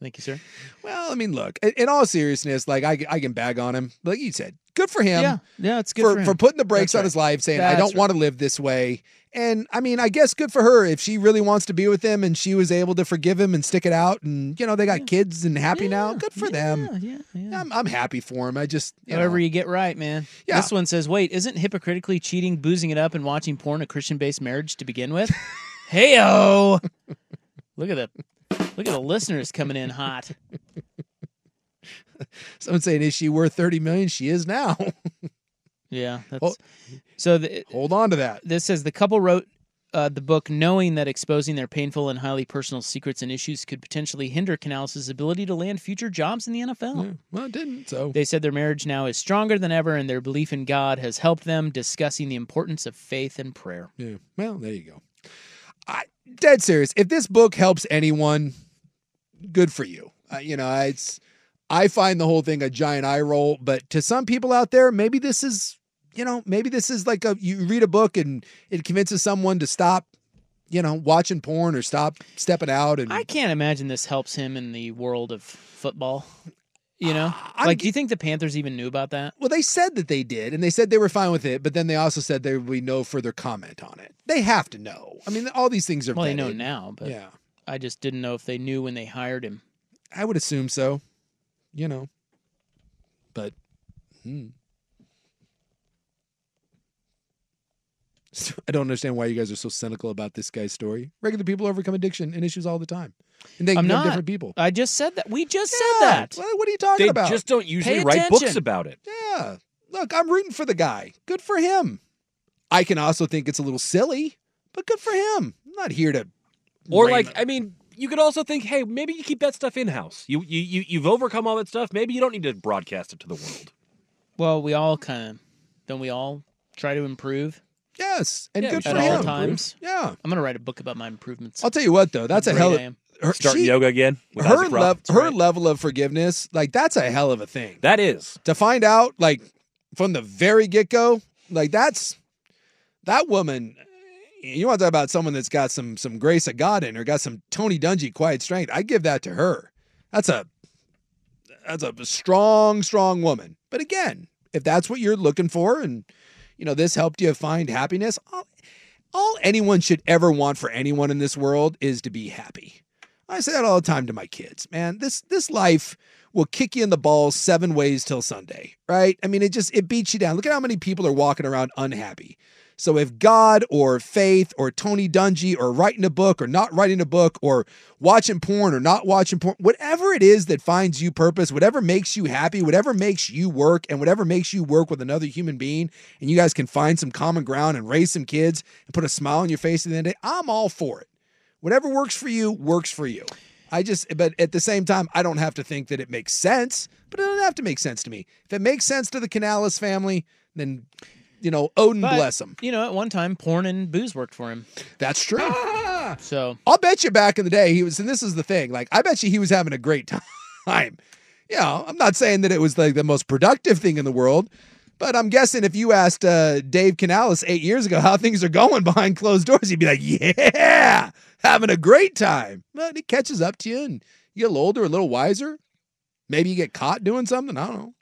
Speaker 2: Thank you, sir.
Speaker 11: Well, I mean, look, in all seriousness, like I, I can bag on him. Like you said, good for him.
Speaker 2: Yeah, yeah, it's good
Speaker 11: for,
Speaker 2: for,
Speaker 11: for putting the brakes That's on right. his life, saying That's I don't right. want to live this way. And I mean, I guess good for her if she really wants to be with him and she was able to forgive him and stick it out. And you know, they got yeah. kids and happy yeah. now. Good for
Speaker 2: yeah.
Speaker 11: them.
Speaker 2: Yeah, yeah.
Speaker 11: I'm, I'm happy for him. I just
Speaker 2: you whatever know. you get right, man. Yeah. This one says, "Wait, isn't hypocritically cheating, boozing it up, and watching porn a Christian-based marriage to begin
Speaker 11: (laughs)
Speaker 2: with?" Heyo, look at that. Look at the listeners coming in hot.
Speaker 11: Someone saying, "Is she worth thirty million? She is now." (laughs)
Speaker 2: yeah. Well, so the,
Speaker 11: hold on to that.
Speaker 2: This says the couple wrote uh, the book knowing that exposing their painful and highly personal secrets and issues could potentially hinder Canales' ability to land future jobs in the NFL.
Speaker 11: Yeah, well, it didn't. So
Speaker 2: they said their marriage now is stronger than ever, and their belief in God has helped them discussing the importance of faith and prayer.
Speaker 11: Yeah. Well, there you go. I, dead serious. If this book helps anyone, good for you. Uh, you know, it's I find the whole thing a giant eye roll, but to some people out there, maybe this is, you know, maybe this is like a you read a book and it convinces someone to stop, you know, watching porn or stop stepping out and
Speaker 2: I can't imagine this helps him in the world of football. You know, uh, like, do you think the Panthers even knew about that?
Speaker 11: Well, they said that they did, and they said they were fine with it, but then they also said there would be no further comment on it. They have to know. I mean, all these things are.
Speaker 2: Well,
Speaker 11: vetted.
Speaker 2: they know now, but
Speaker 11: yeah,
Speaker 2: I just didn't know if they knew when they hired him.
Speaker 11: I would assume so, you know, but. Hmm. (laughs) I don't understand why you guys are so cynical about this guy's story. Regular people overcome addiction and issues all the time, and they
Speaker 2: I'm
Speaker 11: become
Speaker 2: not.
Speaker 11: different people.
Speaker 2: I just said that. We just
Speaker 11: yeah.
Speaker 2: said that.
Speaker 11: Well, what are you talking
Speaker 12: they
Speaker 11: about?
Speaker 12: They just don't usually
Speaker 2: Pay
Speaker 12: write
Speaker 2: attention.
Speaker 12: books about it.
Speaker 11: Yeah. Look, I'm rooting for the guy. Good for him. I can also think it's a little silly, but good for him. I'm not here to.
Speaker 12: Or like, him. I mean, you could also think, hey, maybe you keep that stuff in house. You you you you've overcome all that stuff. Maybe you don't need to broadcast it to the world.
Speaker 2: Well, we all kind of don't. We all try to improve.
Speaker 11: Yes, and
Speaker 12: Yeah,
Speaker 11: good
Speaker 12: at
Speaker 11: for
Speaker 2: all
Speaker 11: him.
Speaker 2: times.
Speaker 11: Yeah,
Speaker 2: I'm gonna write a book about my improvements.
Speaker 11: I'll tell you what though, Oh, that's a
Speaker 2: Great
Speaker 11: hell
Speaker 2: I am.
Speaker 11: of her,
Speaker 12: Start
Speaker 11: she-
Speaker 12: yoga again. With
Speaker 11: Her
Speaker 12: Isaac Roth.
Speaker 11: level,
Speaker 12: That's
Speaker 11: her
Speaker 12: right.
Speaker 11: level of forgiveness, like that's a hell of a thing.
Speaker 12: That is.
Speaker 11: to find out, like from the very get go, like that's that woman. You want to talk about someone that's got some some grace of God in her, got some Tony Dungy quiet strength. I give that to her. That's a that's a strong, strong woman. But again, if that's what you're looking for, and you know this helped you find happiness, all, all anyone should ever want for anyone in this world is to be happy. I say that all the time to my kids, man. This this life will kick you in the balls seven ways till Sunday, right? I mean, it just it beats you down. Look at how many people are walking around unhappy. So if God or faith or Tony Dungy or writing a book or not writing a book or watching porn or not watching porn, whatever it is that finds you purpose, whatever makes you happy, whatever makes you work, and whatever makes you work with another human being, and you guys can find some common ground and raise some kids and put a smile on your face at the end of the day, I'm all for it. Whatever works for you works for you. I just, but at the same time, I don't have to think that it makes sense, but it doesn't have to make sense to me. If it makes sense to the Canales family, then, you know, Odin
Speaker 2: But,
Speaker 11: bless them.
Speaker 2: You know, at one time, porn and booze worked for him.
Speaker 11: That's true.
Speaker 2: So
Speaker 11: I'll bet you back in the day he was, and this is the thing, like I bet you he was having a great (laughs) time. You know, I'm not saying that it was like the most productive thing in the world, but I'm guessing if you asked uh, Dave Canales eight years ago how things are going (laughs) behind closed doors, he'd be like, "Yeah, having a great time." But it catches up to you, and you get a little older, a little wiser. Maybe you get caught doing something. I don't know.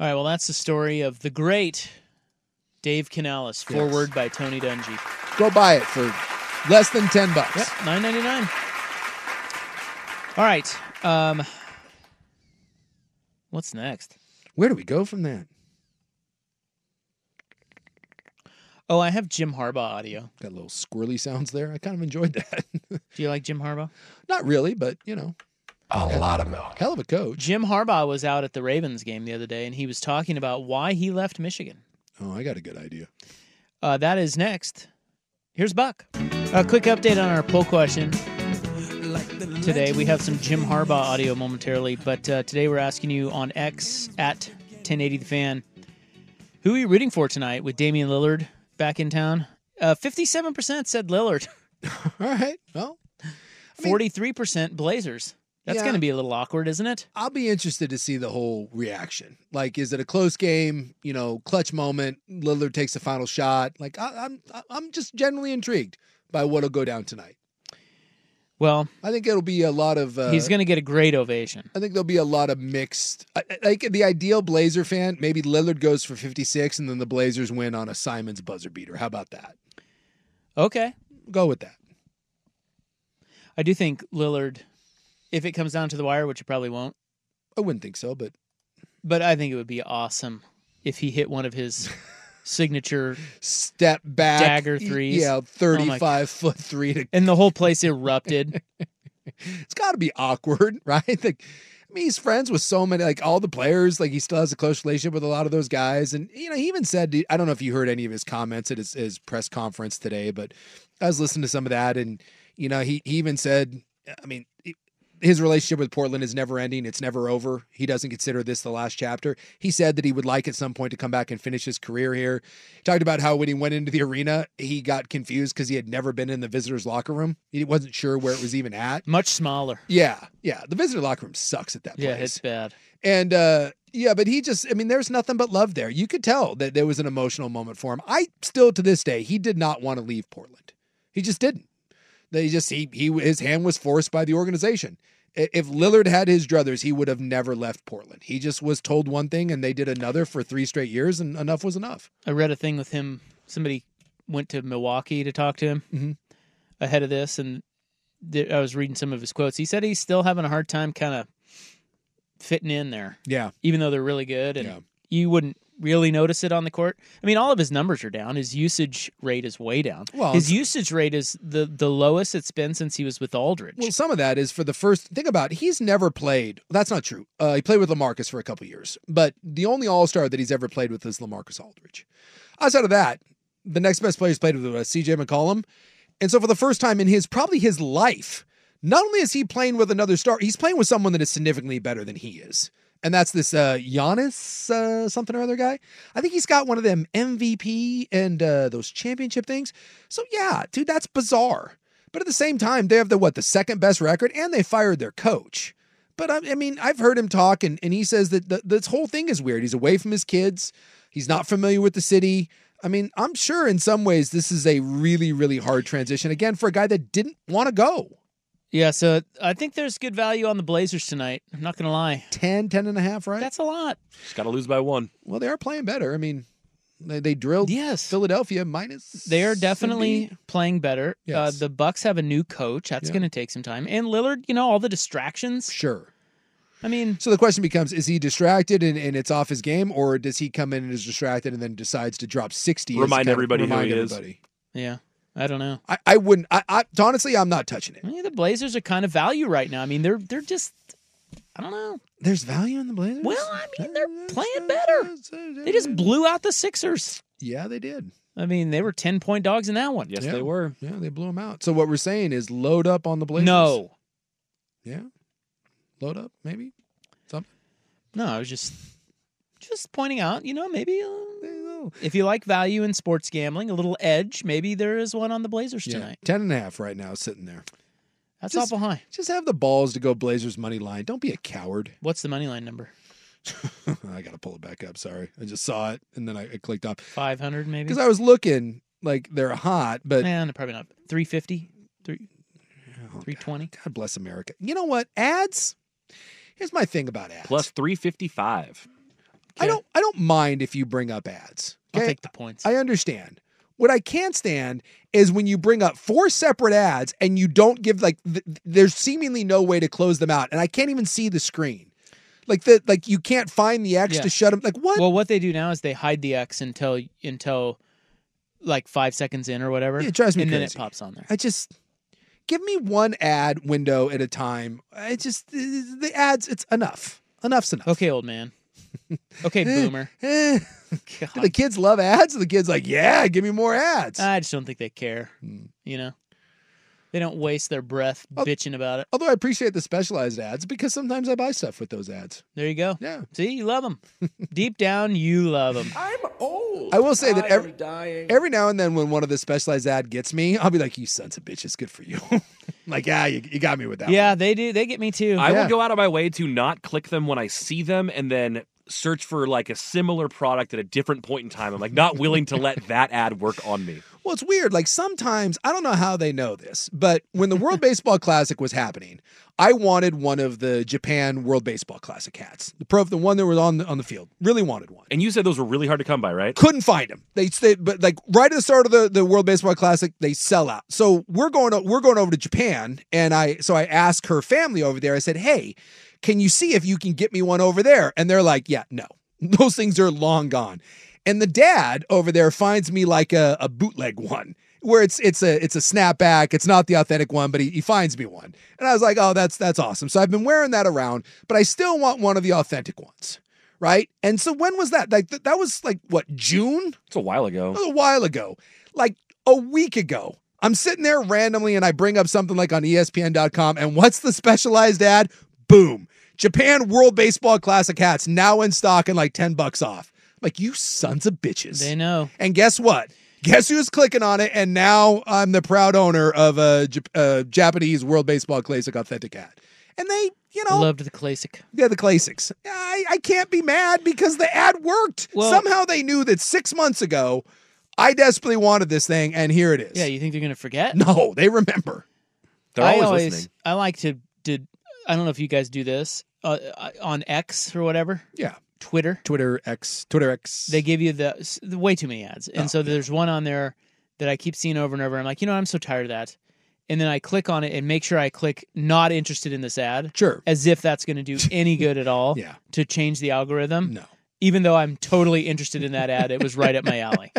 Speaker 2: All right, well, that's the story of the great Dave Canales, forward by Tony Dungy.
Speaker 11: Go buy it for less than ten bucks.
Speaker 2: Yep, nine ninety nine. All right, um, what's next?
Speaker 11: Where do we go from that?
Speaker 2: Oh, I have Jim Harbaugh audio.
Speaker 11: Got little squirrely sounds there. I kind of enjoyed that. (laughs)
Speaker 2: Do you like Jim Harbaugh?
Speaker 11: Not really, but you know.
Speaker 14: A lot of milk.
Speaker 11: Hell of a coach.
Speaker 2: Jim Harbaugh was out at the Ravens game the other day, and he was talking about why he left Michigan.
Speaker 11: Oh, I got a good idea.
Speaker 2: Uh, that is next. Here's Buck. A quick update on our poll question. Today we have some Jim Harbaugh audio momentarily, but uh, today we're asking you on X at 1080 the fan. Who are you rooting for tonight with Damian Lillard back in town? Uh, 57% said Lillard.
Speaker 11: All right. Well,
Speaker 2: I mean, 43% Blazers. That's
Speaker 11: Yeah.
Speaker 2: going to be a little awkward, isn't it?
Speaker 11: I'll be interested to see the whole reaction. Like, is it a close game? You know, clutch moment. Lillard takes the final shot. Like, I, I'm, I- I'm just generally intrigued by what'll go down tonight.
Speaker 2: Well,
Speaker 11: I think it'll be a lot of. Uh,
Speaker 2: he's going to get a great ovation.
Speaker 11: I think there'll be a lot of mixed. I- I- Like the ideal Blazer fan, maybe Lillard goes for 56, and then the Blazers win on a Simons buzzer beater. How about that?
Speaker 2: Okay.
Speaker 11: Go with that.
Speaker 2: I do think Lillard, if it comes down to the wire, which it probably won't,
Speaker 11: I wouldn't think so, but
Speaker 2: but I think it would be awesome if he hit one of
Speaker 11: (laughs)
Speaker 2: his signature
Speaker 11: step back
Speaker 2: Dagger threes.
Speaker 11: Yeah,
Speaker 2: Oh my
Speaker 11: 35 foot three to
Speaker 2: and the whole place
Speaker 11: (laughs)
Speaker 2: erupted.
Speaker 11: it's got to be awkward, (laughs) right? Like, I mean, he's friends with so many, like all the players. Like, he still has a close relationship with a lot of those guys. And you know, he even said, I don't know if you heard any of his comments at his, his press conference today, but I was listening to some of that, and you know, he, he even said, I mean. he- his relationship with Portland is never ending. It's never over. He doesn't consider this the last chapter. He said that he would like at some point to come back and finish his career here. He talked about how when he went into the arena, he got confused because he had never been in the visitors' locker room. He wasn't sure where it was even at.
Speaker 2: Much smaller.
Speaker 11: Yeah, yeah. The visitor locker room sucks at that
Speaker 2: Yeah,
Speaker 11: place.
Speaker 2: it's bad.
Speaker 11: and uh yeah, but he just I mean, there's nothing but love there. You could tell that there was an emotional moment for him. I still to this day, he did not want to leave Portland. He just didn't. They just he he his hand was forced by the organization. I- If Lillard had his druthers, he would have never left Portland. He just was told one thing and they did another for three straight years, and enough was enough.
Speaker 2: I read a thing with him. Somebody went to Milwaukee to talk to him
Speaker 11: Mm-hmm.
Speaker 2: ahead of this, and th- I was reading some of his quotes. He said he's still having a hard time kind of fitting in there,
Speaker 11: Yeah.
Speaker 2: even though they're really good, and
Speaker 11: Yeah.
Speaker 2: you wouldn't really notice it on the court. I mean, all of his numbers are down. His usage rate is way down.
Speaker 11: Well,
Speaker 2: his
Speaker 11: it's-
Speaker 2: usage rate is the the lowest it's been since he was with Aldridge.
Speaker 11: Well, some of that is for the first. Think about it, he's never played. That's not true. Uh, he played with Lamarcus for a couple years, but the only All Star that he's ever played with is Lamarcus Aldridge. Outside of that, the next best player he's played with was C.J. McCollum, and so for the first time in his probably his life, not only is he playing with another star, he's playing with someone that is significantly better than he is. And that's this uh, Giannis uh, something or other guy. I think he's got one of them MVP and uh, those championship things. So yeah, dude, that's bizarre. But at the same time, they have the what the second best record, and they fired their coach. But I, I mean, I've heard him talk, and, and he says that the, this whole thing is weird. He's away from his kids. He's not familiar with the city. I mean, I'm sure in some ways this is a really, really hard transition again for a guy that didn't want to go.
Speaker 2: yeah, so I think there's good value on the Blazers tonight. I'm not gonna lie.
Speaker 11: 10, 10 and a half, right?
Speaker 2: That's a lot.
Speaker 12: Just got to lose by one.
Speaker 11: well, they are playing better. I mean, they, they drilled
Speaker 2: Yes.
Speaker 11: Philadelphia minus.
Speaker 2: They are definitely
Speaker 11: Embiid.
Speaker 2: playing better.
Speaker 11: Yes.
Speaker 2: Uh, the Bucks have a new coach. That's
Speaker 11: Yeah.
Speaker 2: going to take some time. And Lillard, you know, all the distractions.
Speaker 11: Sure.
Speaker 2: I mean,
Speaker 11: So the question becomes is he distracted and, and it's off his game, or does he come in and is distracted and then decides to drop 60? as
Speaker 12: Remind
Speaker 11: kind of-
Speaker 12: everybody who
Speaker 11: remind
Speaker 12: he is.
Speaker 11: everybody?
Speaker 2: yeah, I don't know.
Speaker 11: I, I wouldn't. I, I honestly, I'm not touching it.
Speaker 2: I mean, the Blazers are kind of value right now. I mean, they're they're just I don't know.
Speaker 11: There's value in the Blazers.
Speaker 2: Well, I mean, they're playing better. They just blew out the Sixers.
Speaker 11: Yeah, they did.
Speaker 2: I mean, they were 10 point dogs in that one.
Speaker 12: Yes,
Speaker 11: Yeah.
Speaker 12: they were.
Speaker 11: Yeah, they blew them out. So what we're saying is load up on the Blazers.
Speaker 2: No.
Speaker 11: Yeah. Load up, maybe. Something.
Speaker 2: No, I was just just pointing out, you know, maybe uh,
Speaker 11: No.
Speaker 2: if you like value in sports gambling, a little edge, maybe there is one on the Blazers
Speaker 11: Yeah,
Speaker 2: tonight.
Speaker 11: ten and a half right now, sitting there.
Speaker 2: That's
Speaker 11: Just-
Speaker 2: awful high.
Speaker 11: Just have the balls to go Blazers money line. Don't be a coward. (laughs)
Speaker 2: What's the money line number?
Speaker 11: I gotta pull it back up. Sorry, I just saw it and then I, I clicked off
Speaker 2: 500 maybe?
Speaker 11: because I was looking like they're hot, but
Speaker 2: Man, probably not. 350? 3 320?
Speaker 11: Oh, God bless America. You know what? Ads. Here's my thing about ads.
Speaker 12: Plus 355.
Speaker 11: I don't I don't mind if you bring up ads.
Speaker 2: I'll
Speaker 11: okay?
Speaker 2: take the points.
Speaker 11: I understand. What I can't stand is when you bring up four separate ads and you don't give like th- th- there's seemingly no way to close them out, and I can't even see the screen. Like the like you can't find the X
Speaker 2: Yeah.
Speaker 11: to shut them. Like what?
Speaker 2: Well, what they do now is they hide the X until until like five seconds in or whatever.
Speaker 11: It drives me
Speaker 2: and then it
Speaker 11: crazy.
Speaker 2: pops on there.
Speaker 11: I just give me one ad window at a time. I just the ads. It's enough. Enough's enough.
Speaker 2: Okay, old man.
Speaker 11: (laughs)
Speaker 2: Okay,
Speaker 11: Eh,
Speaker 2: boomer. (laughs)
Speaker 11: eh. Do the kids love ads. The kids like, yeah, give me more ads.
Speaker 2: I just don't think they care.
Speaker 11: Hmm.
Speaker 2: You know, they don't waste their breath
Speaker 11: Oh.
Speaker 2: bitching about it.
Speaker 11: Although I appreciate the specialized ads because sometimes I buy stuff with those ads.
Speaker 2: There you go. Yeah. See, you love
Speaker 12: (laughs)
Speaker 2: them. Deep down, you love them.
Speaker 11: I'm old. I will say that
Speaker 2: I am
Speaker 11: every
Speaker 2: dying.
Speaker 11: every now and then when one of the specialized ad gets me, I'll be like, you sons of bitches, good for you. (laughs) like, yeah, you, you got me with that. one.
Speaker 2: yeah, they do. They get me too.
Speaker 12: I will go out of my way to not click them when I see them and then search for like a similar product at a different point in time. I'm like not willing to let that ad work on me.
Speaker 11: Well, it's weird. Like sometimes I don't know how they know this, but when the World Baseball Classic was happening, I wanted one of the Japan World Baseball Classic hats, the pro, the one that was on the, on the field. Really wanted one.
Speaker 12: And you said those were really hard to come by, right?
Speaker 11: Couldn't find them. They, they but like right at the start of the, the World Baseball Classic, they sell out. So we're going o- we're going over to Japan, and I so I asked her family over there. I said, "Hey, can you see if you can get me one over there?" And they're like, "Yeah, no, (laughs) those things are long gone." And the dad over there finds me like a, a bootleg one. Where it's it's a it's a snapback, it's not the authentic one, but he, he finds me one, and I was like, oh, that's that's awesome. So I've been wearing that around, but I still want one of the authentic ones, right? And so when was that? Like th- that was like what June?
Speaker 12: It's a while ago.
Speaker 11: a while ago, like a week ago. I'm sitting there randomly and I bring up something like on E ESPN.com, and what's the specialized ad? Boom. Japan World Baseball Classic hats now in stock and like 10 bucks off. Like, you sons of bitches.
Speaker 2: They know.
Speaker 11: And guess what? Guess who's clicking on it? And now I'm the proud owner of a, Jap- a Japanese World Baseball Classic authentic hat. And they, you know,
Speaker 2: Loved the classic.
Speaker 11: yeah, the classics. I, I can't be mad because the ad worked. Somehow they knew that six months ago, I desperately wanted this thing, and here it is.
Speaker 2: Yeah, you think they're gonna forget?
Speaker 11: No, they remember.
Speaker 12: They're
Speaker 2: I
Speaker 12: always listening.
Speaker 2: I like to did. I don't know if you guys do this uh, uh, on X or whatever.
Speaker 11: Yeah.
Speaker 2: Twitter.
Speaker 11: Twitter X, Twitter X.
Speaker 2: They give you the, s- the way too many ads,
Speaker 12: Oh,
Speaker 2: and so there's one on there that I keep seeing over and over. I'm like, you know, I'm so tired of that. And then I click on it and make sure I click not interested in this ad.
Speaker 11: Sure.
Speaker 2: As if that's going to
Speaker 12: (laughs)
Speaker 2: do any good at all
Speaker 11: Yeah.
Speaker 2: to change the algorithm.
Speaker 11: No.
Speaker 2: Even though I'm totally interested in that ad, it was right up my alley.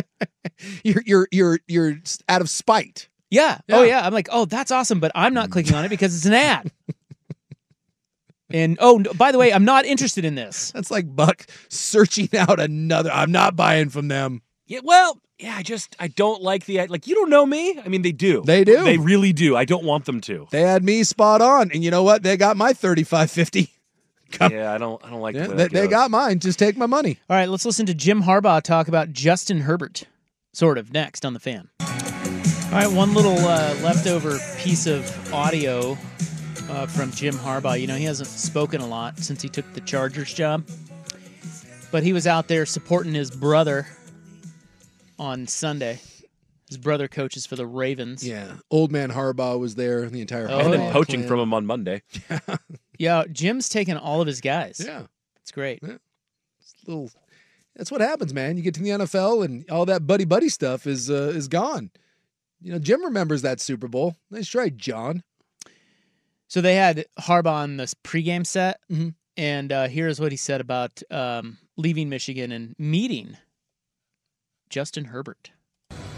Speaker 11: You're you're you're you're s- out of spite.
Speaker 2: Yeah. Oh yeah. I'm like, oh, that's awesome, but I'm not clicking on it because it's an ad. and oh, no, by the way, I'm not interested in this.
Speaker 11: That's like Buck searching (laughs) out another. I'm not buying from them.
Speaker 12: Yeah, well, yeah, I just I don't like the ad. Like you don't know me. I mean, they do.
Speaker 11: They do.
Speaker 12: They really do. I don't want them to.
Speaker 11: They had me spot on, and you know what? They got my thirty-five fifty.
Speaker 12: Yeah, I don't. I don't like. the way
Speaker 11: They,
Speaker 12: that
Speaker 11: they
Speaker 12: goes.
Speaker 11: got mine. Just take my money.
Speaker 2: All right, let's listen to Jim Harbaugh talk about Justin Herbert, sort of next on the fan. All right, one little uh, leftover piece of audio uh, from Jim Harbaugh. You know, he hasn't spoken a lot since he took the Chargers job, but he was out there supporting his brother on Sunday. His brother coaches for the Ravens.
Speaker 11: Yeah, old man Harbaugh was there. The entire
Speaker 2: Oh,
Speaker 12: And then
Speaker 11: Harbaugh
Speaker 12: poaching
Speaker 11: clan.
Speaker 12: from him on Monday.
Speaker 2: Yeah, Jim's taking all of his guys.
Speaker 11: Yeah.
Speaker 2: It's great.
Speaker 11: little that's what happens man you get to the nfl and all that buddy buddy stuff is uh, is gone you know jim remembers that super bowl nice try john
Speaker 2: So they had Harbaugh on this pregame set,
Speaker 11: Mm-hmm.
Speaker 2: and uh, here's what he said about um, leaving Michigan and meeting Justin Herbert.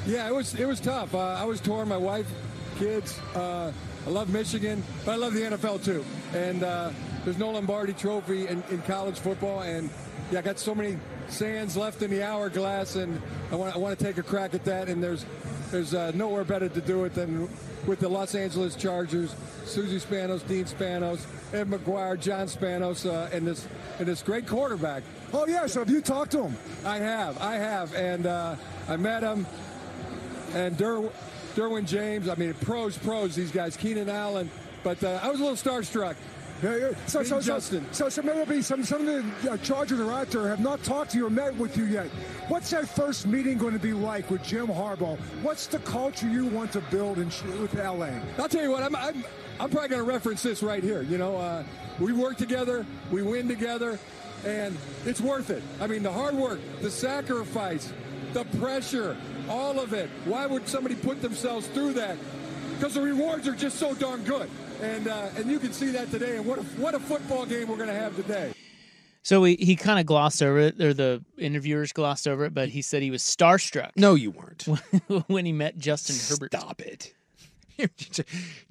Speaker 14: Yeah, it was it was tough. Uh, I was torn. My wife, kids. Uh, I love Michigan, but I love the NFL too. And uh, there's no Lombardi Trophy in, in college football. And yeah, I got so many sands left in the hourglass, and I want I want to take a crack at that. And there's there's uh, nowhere better to do it than with the Los Angeles Chargers, Susie Spanos, Dean Spanos, Ed McGuire, John Spanos, uh, and this and this great quarterback. Oh yeah, so have you talked to him? I have, I have, and uh, I met him and Der- Derwin James. I mean, pros, pros, these guys, Keenan Allen. But uh, I was a little starstruck.
Speaker 15: Yeah, yeah. So,
Speaker 14: Meeting
Speaker 15: so, so,
Speaker 14: Justin.
Speaker 15: so, so maybe some, some of the uh, Chargers are out there have not talked to you or met with you yet. What's that first meeting going to be like with Jim Harbaugh? What's the culture you want to build in, with LA?
Speaker 14: I'll tell you what, I'm, I'm, I'm probably going to reference this right here. You know, uh, we work together, we win together, and it's worth it. I mean, the hard work, the sacrifice, the pressure, all of it. Why would somebody put themselves through that? Because the rewards are just so darn good. And, uh, and you can see that today, and what a, what a football game we're going to have today.
Speaker 2: So he, he kind of glossed over it, or the interviewers glossed over it, but he said he was starstruck.
Speaker 11: No, you weren't.
Speaker 2: (laughs) when he met Justin Herbert.
Speaker 11: (laughs) Stop it. (laughs)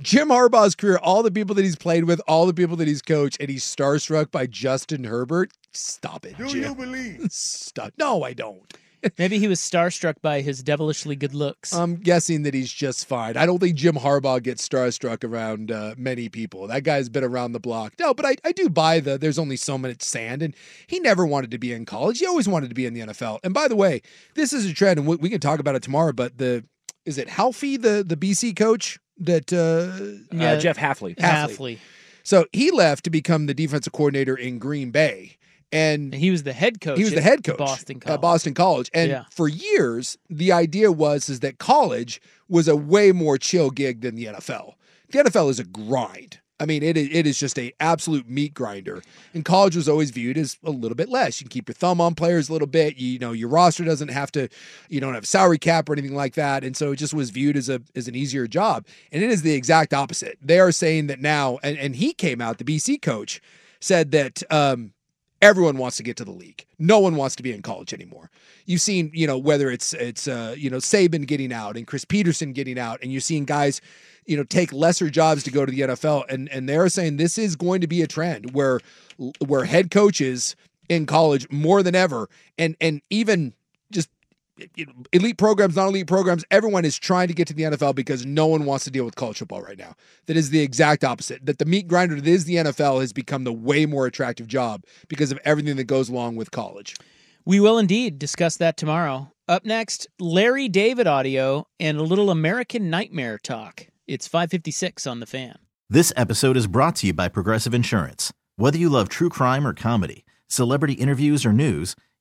Speaker 11: Jim Harbaugh's career, all the people that he's played with, all the people that he's coached, and he's starstruck by Justin Herbert. Stop it,
Speaker 10: Do
Speaker 11: Jim.
Speaker 10: you believe?
Speaker 11: (laughs) Stop. No, I don't.
Speaker 2: Maybe he was starstruck by his devilishly good looks.
Speaker 11: I'm guessing that he's just fine. I don't think Jim Harbaugh gets starstruck around uh, many people. That guy's been around the block. No, but I, I do buy the there's only so much sand, and he never wanted to be in college. He always wanted to be in the NFL. And by the way, this is a trend, and we, we can talk about it tomorrow. But the is it Halfie, the the BC coach that uh,
Speaker 12: Yeah. Jeff Halfley.
Speaker 2: Halfley.
Speaker 11: So he left to become the defensive coordinator in Green Bay. And
Speaker 2: he was the head coach.
Speaker 11: He was the
Speaker 2: at
Speaker 11: head coach
Speaker 2: Boston
Speaker 11: at Boston College. And
Speaker 2: Yeah.
Speaker 11: for years, the idea was is that college was a way more chill gig than the NFL. The NFL is a grind. I mean, it i- it is just a absolute meat grinder. And college was always viewed as a little bit less. You can keep your thumb on players a little bit. You know, your roster doesn't have to. You don't have a salary cap or anything like that. And so it just was viewed as a as an easier job. And it is the exact opposite. They are saying that now. And and he came out. The BC coach said that. um Everyone wants to get to the league. No one wants to be in college anymore. You've seen, you know, whether it's it's uh, you know Saban getting out and Chris Peterson getting out, and you're seeing guys, you know, take lesser jobs to go to the NFL, and and they're saying this is going to be a trend where where head coaches in college more than ever, and and even just you know, elite programs, non elite programs, everyone is trying to get to the NFL because no one wants to deal with college football right now. That is the exact opposite. That the meat grinder that is the NFL has become the way more attractive job because of everything that goes along with college.
Speaker 2: We will indeed discuss that tomorrow. Up next, Larry David audio and a little American Nightmare talk. It's 556 on the fan.
Speaker 1: This episode is brought to you by Progressive Insurance. Whether you love true crime or comedy, celebrity interviews or news,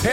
Speaker 13: Hey